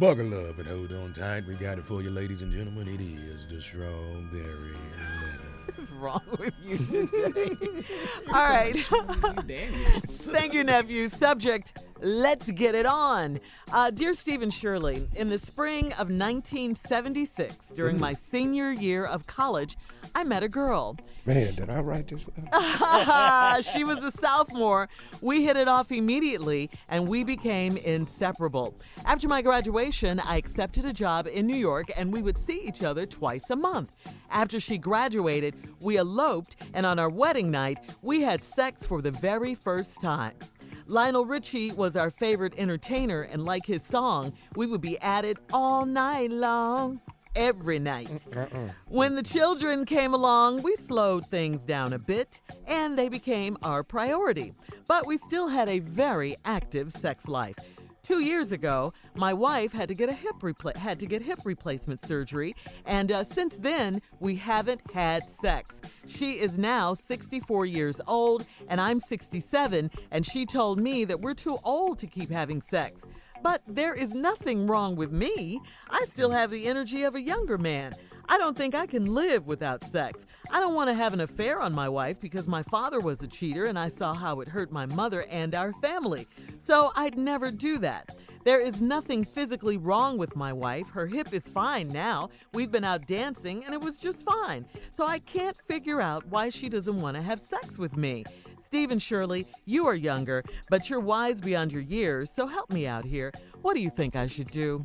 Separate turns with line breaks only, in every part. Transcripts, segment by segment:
Buckle up and hold on tight. We got it for you, ladies and gentlemen. It is the strawberry letter.
What's wrong with you today? All right. Thank you, nephew. Subject Let's get it on. Uh, dear Stephen Shirley, in the spring of 1976, during my senior year of college, I met a girl.
Man, did I write this? letter?
she was a sophomore. We hit it off immediately and we became inseparable. After my graduation, I accepted a job in New York and we would see each other twice a month. After she graduated, we eloped and on our wedding night, we had sex for the very first time. Lionel Richie was our favorite entertainer, and like his song, we would be at it all night long, every night. When the children came along, we slowed things down a bit and they became our priority. But we still had a very active sex life. Two years ago, my wife had to get a hip repla- had to get hip replacement surgery, and uh, since then we haven't had sex. She is now 64 years old, and I'm 67, and she told me that we're too old to keep having sex. But there is nothing wrong with me. I still have the energy of a younger man. I don't think I can live without sex. I don't want to have an affair on my wife because my father was a cheater and I saw how it hurt my mother and our family. So I'd never do that. There is nothing physically wrong with my wife. Her hip is fine now. We've been out dancing and it was just fine. So I can't figure out why she doesn't want to have sex with me. Stephen Shirley, you are younger, but you're wise beyond your years, so help me out here. What do you think I should do?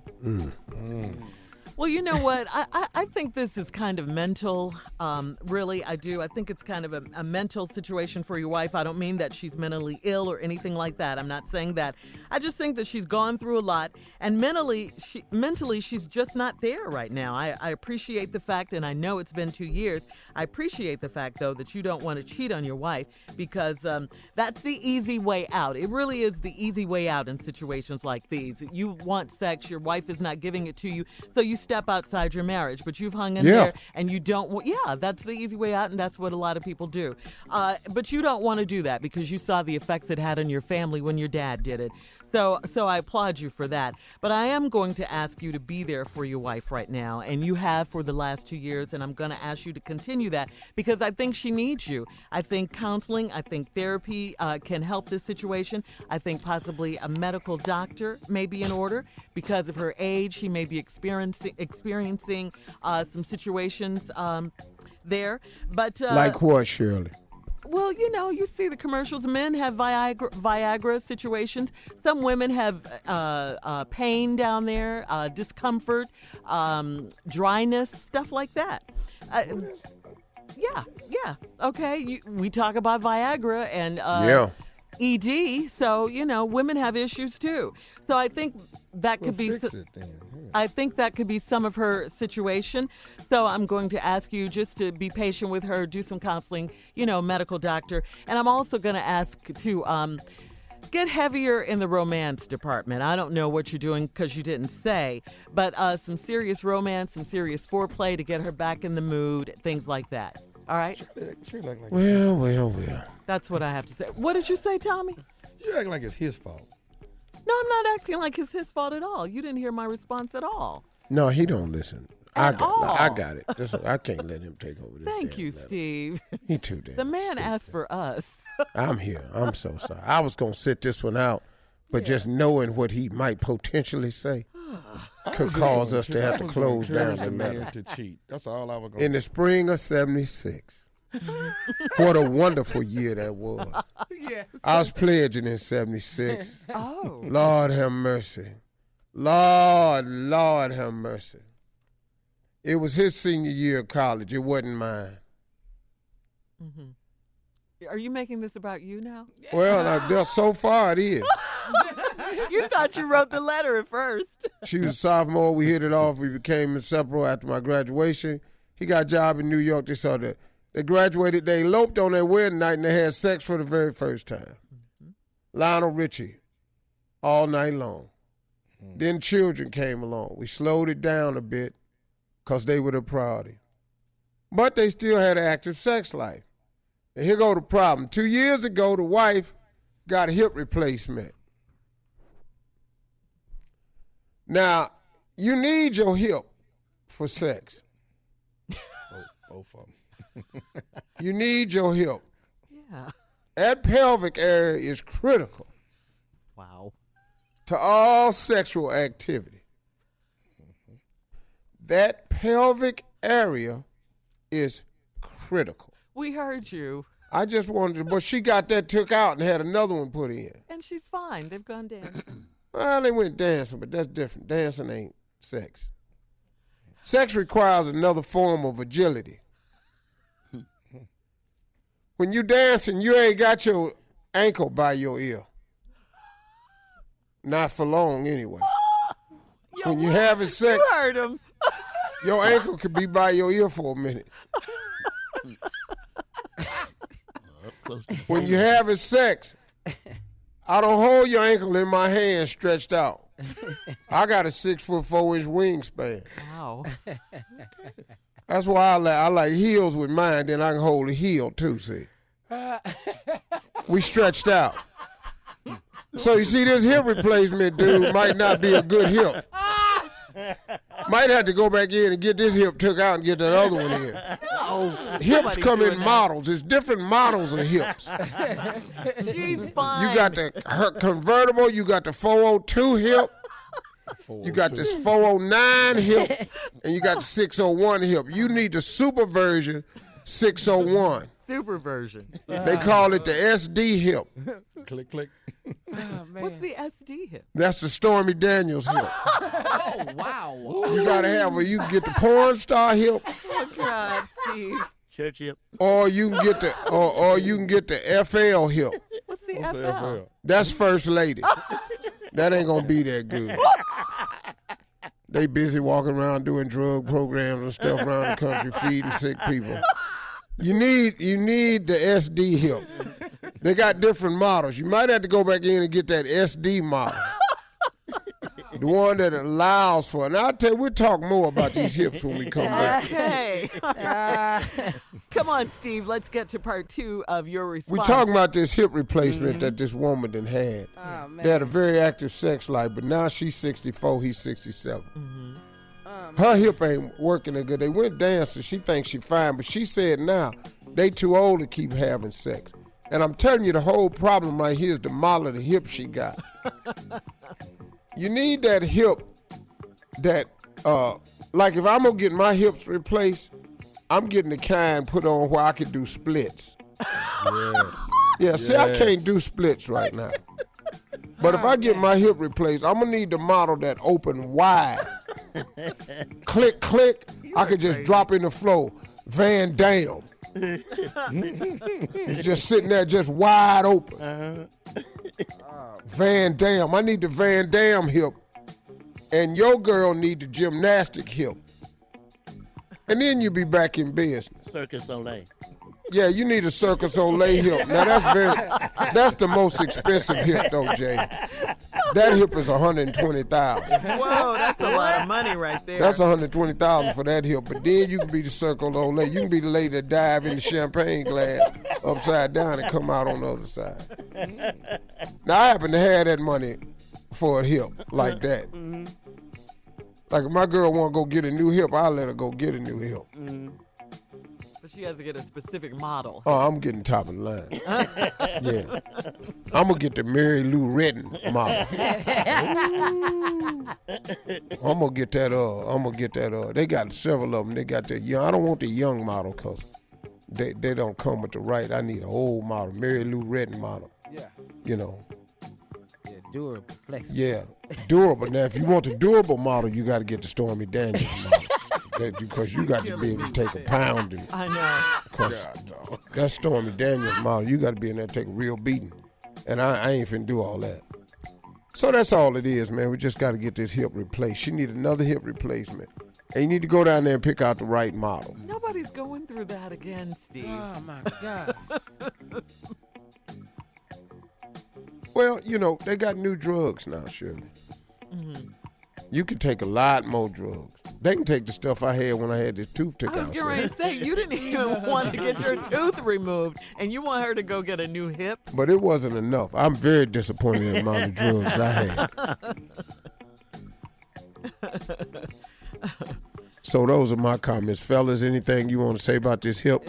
Well, you know what? I, I, I think this is kind of mental. Um, really, I do. I think it's kind of a, a mental situation for your wife. I don't mean that she's mentally ill or anything like that. I'm not saying that. I just think that she's gone through a lot, and mentally, she, mentally, she's just not there right now. I, I appreciate the fact, and I know it's been two years. I appreciate the fact, though, that you don't want to cheat on your wife because um, that's the easy way out. It really is the easy way out in situations like these. You want sex, your wife is not giving it to you, so you step outside your marriage. But you've hung in
Yeah.
there and you don't want, yeah, that's the easy way out, and that's what a lot of people do. Uh, but you don't want to do that because you saw the effects it had on your family when your dad did it. So, so I applaud you for that. But I am going to ask you to be there for your wife right now, and you have for the last two years. And I'm going to ask you to continue that because I think she needs you. I think counseling, I think therapy uh, can help this situation. I think possibly a medical doctor may be in order because of her age. She may be experiencing experiencing uh, some situations. Um, there, but uh,
like what, Shirley?
well, you know, you see the commercials. Men have Viagra, Viagra situations. Some women have uh, uh, pain down there, uh, discomfort, um, dryness, stuff like that. Uh, yeah, yeah. Okay, you, we talk about Viagra and uh,
Yeah.
ED. So you know, women have issues too. So I think that could be.
Well, fix
so-
it then. Yeah.
I think that could be some of her situation. So I'm going to ask you just to be patient with her, do some counseling, you know, medical doctor. And I'm also going to ask to um, get heavier in the romance department. I don't know what you're doing because you didn't say, but uh, some serious romance, some serious foreplay to get her back in the mood, things like that. All right?
She act like
Well, well, well.
That's what I have to say. What did you say, Tommy?
you act like it's his fault.
No, I'm not acting like it's his fault at all. You didn't hear my response at all.
No, he don't listen. I
At
got, I
all.
got it. This, I can't let him take over this.
Thank
damn
you,
letter.
Steve.
He too damn.
The man
stupid.
asked for us.
I'm here. I'm so sorry. I was gonna sit this one out, but just knowing what he might potentially say could cause us to have to close down the matter.
man to cheat. That's all I was going
In the spring of '76, what a wonderful year that was.
yes.
I was pledging in '76.
Oh.
Lord have mercy. Lord, Lord have mercy. It was his senior year of college. It wasn't mine.
Are you making this about you now?
Well, now, there- so far it is.
you thought you wrote the letter at first.
She was a sophomore. We hit it off. We became inseparable after my graduation. He got a job in New York. They saw that. They graduated. They eloped on their wedding night and they had sex for the very first time. Lionel Richie, all night long. Then children came along. We slowed it down a bit because they were the priority. But they still had an active sex life. And here go the problem. Two years ago, the wife got a hip replacement. Now, You need your hip for sex.
Both, both of them.
You need your hip.
Yeah.
That pelvic area is critical
Wow.
to all sexual activity. That pelvic area is critical.
We heard you.
I just wanted to, but she got that took out and had another one put in.
And she's fine. They've gone down.
Well, they went dancing, but that's different. Dancing ain't sex. Sex requires another form of agility. when you dancing, you ain't got your ankle by your ear. Not for long, anyway.
Yo,
When you
what?
having sex,
You heard him.
your ankle could be by your ear for a minute.
Close to the
When you having sex, I don't hold your ankle in my hand stretched out. I got a six foot four inch wingspan.
Wow.
That's why I like I like heels with mine. Then I can hold a heel too. See, we stretched out. So you see, this hip replacement dude might not be a good hip. Might have to go back in and get this hip took out and get that other one in. Hips
somebody
come
doing
in
that.
models. It's different models of hips.
She's fine.
You got the her convertible. You got the 402 hip.
Four,
You got
two.
this 409 hip, and you got the 601 hip. You need the super version 601.
super version.
They call it the SD hip.
click click.
What's the SD hip?
That's the Stormy Daniels hip.
Oh, wow.
You gotta have a. You can get the porn star hip,
Oh, God, Steve.
Church hip.
or you can get the, or, or you can get the FL hip.
What's the
What's
FL?
the FL?
That's first lady. That ain't gonna be that good. They busy walking around doing drug programs and stuff around the country, feeding sick people. You need you need the SD hip. They got different models. You might have to go back in and get that SD model. The one that allows for, and I'll tell you, we'll talk more about these hips when we come back.
Okay. Come on, Steve. Let's get to part two of your
We
response.
talking about this hip replacement that this woman done had. They had a very active sex life, but now she's 64, he's 67. Her hip ain't working that good. They went dancing. She thinks she fine, but she said now they too old to keep having sex. And I'm telling you, the whole problem right here is the model of the hip she got. you need that hip that, uh, like if I'm gonna get my hips replaced, I'm getting the kind put on where I can do splits.
Yes.
Yeah, see, I can't
Yes.
do splits right now. But if I get my hip replaced, I'm gonna need the model that open wide. click, click. I could just drop in the flow. Van Dam. just sitting there, just wide open.
Uh-huh.
Van Dam. I need the Van Dam hip, and your girl need the gymnastic hip. And then you be back in business.
Circus Soleil.
Yeah, you need a Circus Olay hip. Now that's very, that's the most expensive hip though, Jay. That hip is one hundred twenty thousand.
Whoa, that's a lot of money right there.
That's one hundred twenty thousand for that hip. But then you can be the Circus Olay. You can be the lady that dive in the champagne glass upside down and come out on the other side. Now I happen to have that money for a hip like that. Like if my girl want to go get a new hip, I let her go get a new hip.
but she has to get a specific model.
Oh, I'm getting top of the line. yeah. I'm going to get the Mary Lou Retton model. I'm going to get that, uh, I'm going to get that, uh, they got several of them. They got that young, I don't want the young model because they, they don't come with the right. I need an old model, Mary Lou Retton model,
Yeah.
you know.
Yeah, durable, flexible.
Yeah, durable. Now, if you want the durable model, you got to get the Stormy Daniels model. Because you got to be able to take a pounding.
I know.
'Cause That Stormy Daniels model, you got to be in there and take a real beating. And I, I ain't finna do all that. So that's all it is, man. We just got to get this hip replaced. She need another hip replacement. And you need to go down there and pick out the right model.
Nobody's going through that again, Steve.
Oh my God.
Well, you know, they got new drugs now, Shirley.
Mm-hmm.
You can take a lot more drugs. They can take the stuff I had when I had this tooth
I
taken
was
out.
getting ready to say you didn't even want to get your tooth removed, and you want her to go get a new hip.
But it wasn't enough. I'm very disappointed in the amount of drugs I had. So those are my comments, fellas. Anything you want to say about this hip?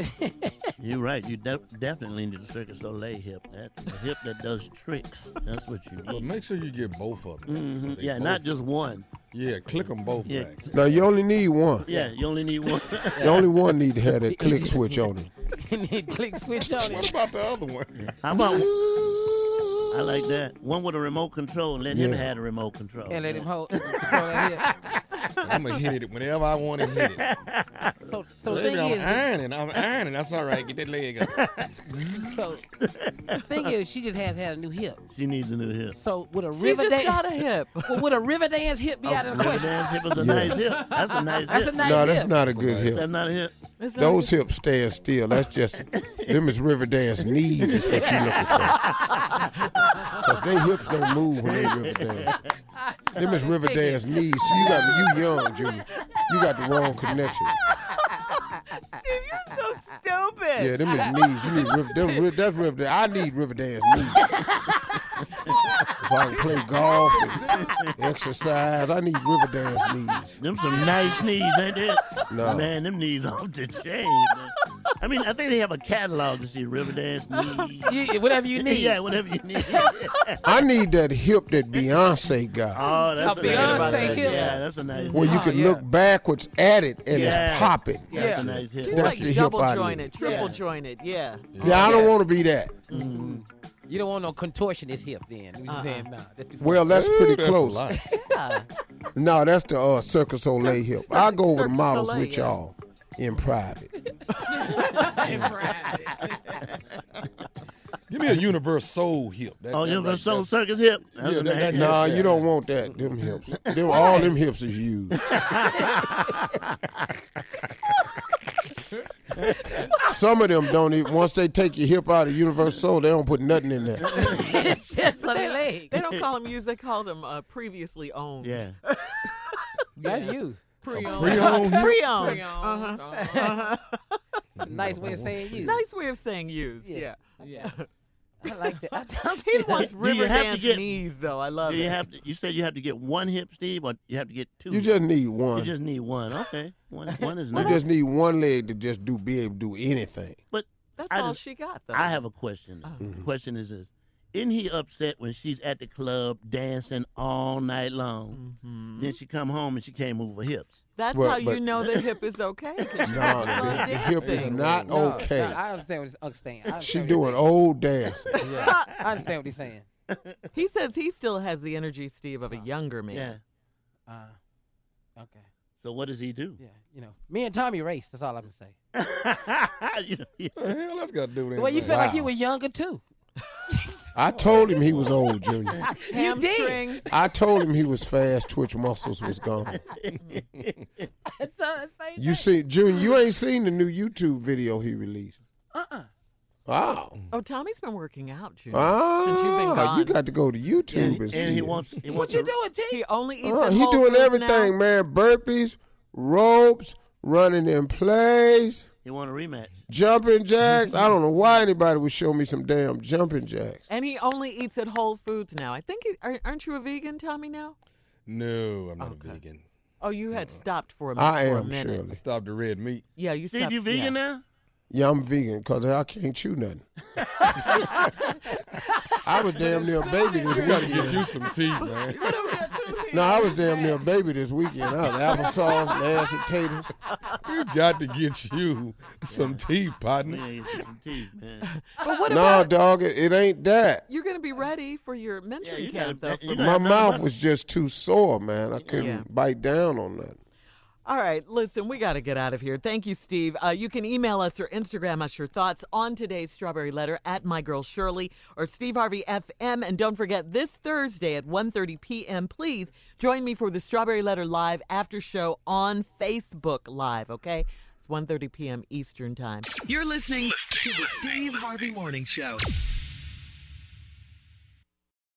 You're right. You de- definitely need the Circus Soleil hip. That the hip that does tricks. That's what you
But
need.
make sure you get both of them.
Mm.
Mhm.
They
Yeah,
both-
not just one.
Yeah, click them both
Yeah.
back.
No, you only need one.
Yeah, you only need one.
The only one need to have that click switch on it.
and then click switch on
What
it.
about the other one?
How about? I like that. One with a remote control. Let him
Yeah.
have the remote control.
And let him hold. hold that here.
I'm gonna hit it whenever I want to hit it.
So, so
Baby,
thing
I'm
is,
ironing. I'm ironing. That's all right. Get that leg up.
so thing is, she just has had a new hip.
She needs a new hip.
So would a
You
river
just
dance,
got a hip.
well, would a river dance hip be out of the
River
question?
Dance hip is a nice hip. That's a nice
That's a
hip.
nice
No,
hip.
that's not a good hip.
That's not a hip.
It's not-
Those hips stand still. That's just them is river dance knees is what you looking for. Cause they hips don't move when they river dance. Them is river dance knees. So you got you young, Junior. You got the wrong connection.
Steve, you're so stupid.
Yeah, them is knees. You need river. Them, ri- that's river dance. I need river dance knees. if I can play golf and exercise, I need river dance knees.
Them
Ah.
some nice knees, ain't they?
No.
Man, them knees off the chain. man. I mean, I think they have a catalog to see river dance knees.
You- whatever you need.
yeah, whatever you need.
I need that hip that Beyonce got.
Oh, that's
A
a nice
Beyonce hip.
Yeah, that's a nice.
where you
Oh,
can
yeah.
look backwards at it and
Yeah.
it's popping.
That's
Yeah.
a nice hip.
She's
That's
like
the hip
double
I
jointed,
need.
triple
Yeah.
jointed. Yeah.
Yeah, I
Yeah.
don't want to be that.
You don't want no contortionist hip then. We just saying, nah, that's too-
Well, that's pretty
That's a
close.
lot.
No, that's the uh, Circus Olay hip. I go over the
Cirque du
models
Soleil,
with
yeah.
y'all in private.
Give me a universe soul hip. That-
Oh,
that
you
right
got Soul
there.
Circus hip. That's
Yeah,
a
that-
nice
that-
hip.
Nah,
Yeah.
you don't want that. Them hips. Them all them hips is used. Some of them don't even once they take your hip out of Universal Soul, they don't put nothing in there.
it's just on their leg.
They don't call them used, they call them uh, previously owned.
Yeah.
That's you.
Pre-owned hip?
Pre-owned. Uh-huh.
Nice way of saying you.
Nice way of saying used. Yeah.
Yeah. Yeah. I like that. I,
He wants
Do you
river
have to
dance
get-
knees, though. I love
Do you
it.
have to, you said you have to get one hip, Steve, or you have to get two.
You just need
you
one.
just need one. Okay, one one is
You
nice.
just need one leg to just do be able to do anything.
but
That's
I
all
just-
she got, though.
I have a
Oh.
question.
Mm-hmm.
The question is this: Isn't he upset when she's at the club dancing all night long?
Mm-hmm.
Then she come home and she can't move her hips.
That's
Well,
how you
but-
know the hip is okay. 'cause she's
No,
not
the, the hip is
dancing.
not
No,
okay.
no, I understand what he's understand. I understand
she
what he's
doing
saying.
old dancing.
Yeah. I understand what he's saying.
He says he still has the energy, Steve, of a younger man.
Yeah.
Uh, okay.
So what does he do?
Yeah. You know, me and Tommy raced. That's all I'm gonna say.
you know, yeah.
What the hell that's got to do with anything?
Well, you felt like you
Wow.
were younger too.
I told him he was old, Junior.
You did.
Hamstring.
I told him he was fast. Twitch muscles was gone.
That's all I'm saying.
You see, Junior, you ain't seen the new YouTube video he released.
Uh-uh.
Wow.
Oh, Tommy's been working out, Junior. Since you've been
Ah,
gone.
you got to go to YouTube
and,
and,
and
see.
he
it.
wants he
What
wants
you
to-
doing, T?
He only eats
Uh,
at
he
Whole
doing
Foods
everything,
now.
man. Burpees, ropes, running in place,
he want a rematch.
jumping
Mm-hmm.
jacks. I don't know why anybody would show me some damn jumping jacks.
And he only eats at Whole Foods now. I think. He, are- aren't you a vegan, Tommy? Now?
No, I'm not a vegan.
Oh, you had stopped for a minute.
Uh, I
for a
am,
minute.
I
Shirley.
stopped the red meat.
Yeah, you
Steve,
stopped.
you vegan
yeah.
now?
Yeah, I'm vegan because I can't chew nothing. I was damn near a baby this
You got to
weekend.
get you some tea, man.
No, I was damn near a baby this weekend. I was applesauce and mashed potatoes.
You got to get you some tea, partner.
Yeah, get you some tea, man.
But what
No,
about?
dog, it, it ain't that.
You're going to be ready for your mentoring
Yeah, you
camp,
gotta-
though.
you
for-
gotta-
My mouth was just too sore, man. I couldn't
Yeah.
bite down on that.
All right, listen, we got to get out of here. Thank you, Steve. Uh, you can email us or Instagram us your thoughts on today's Strawberry Letter at my girl Shirley or Steve Harvey FM. And don't forget this Thursday at 1.30 p.m. Please join me for the Strawberry Letter Live after show on Facebook Live. Okay, it's 1.30 p.m. Eastern Time.
You're listening to the Steve Harvey Morning Show.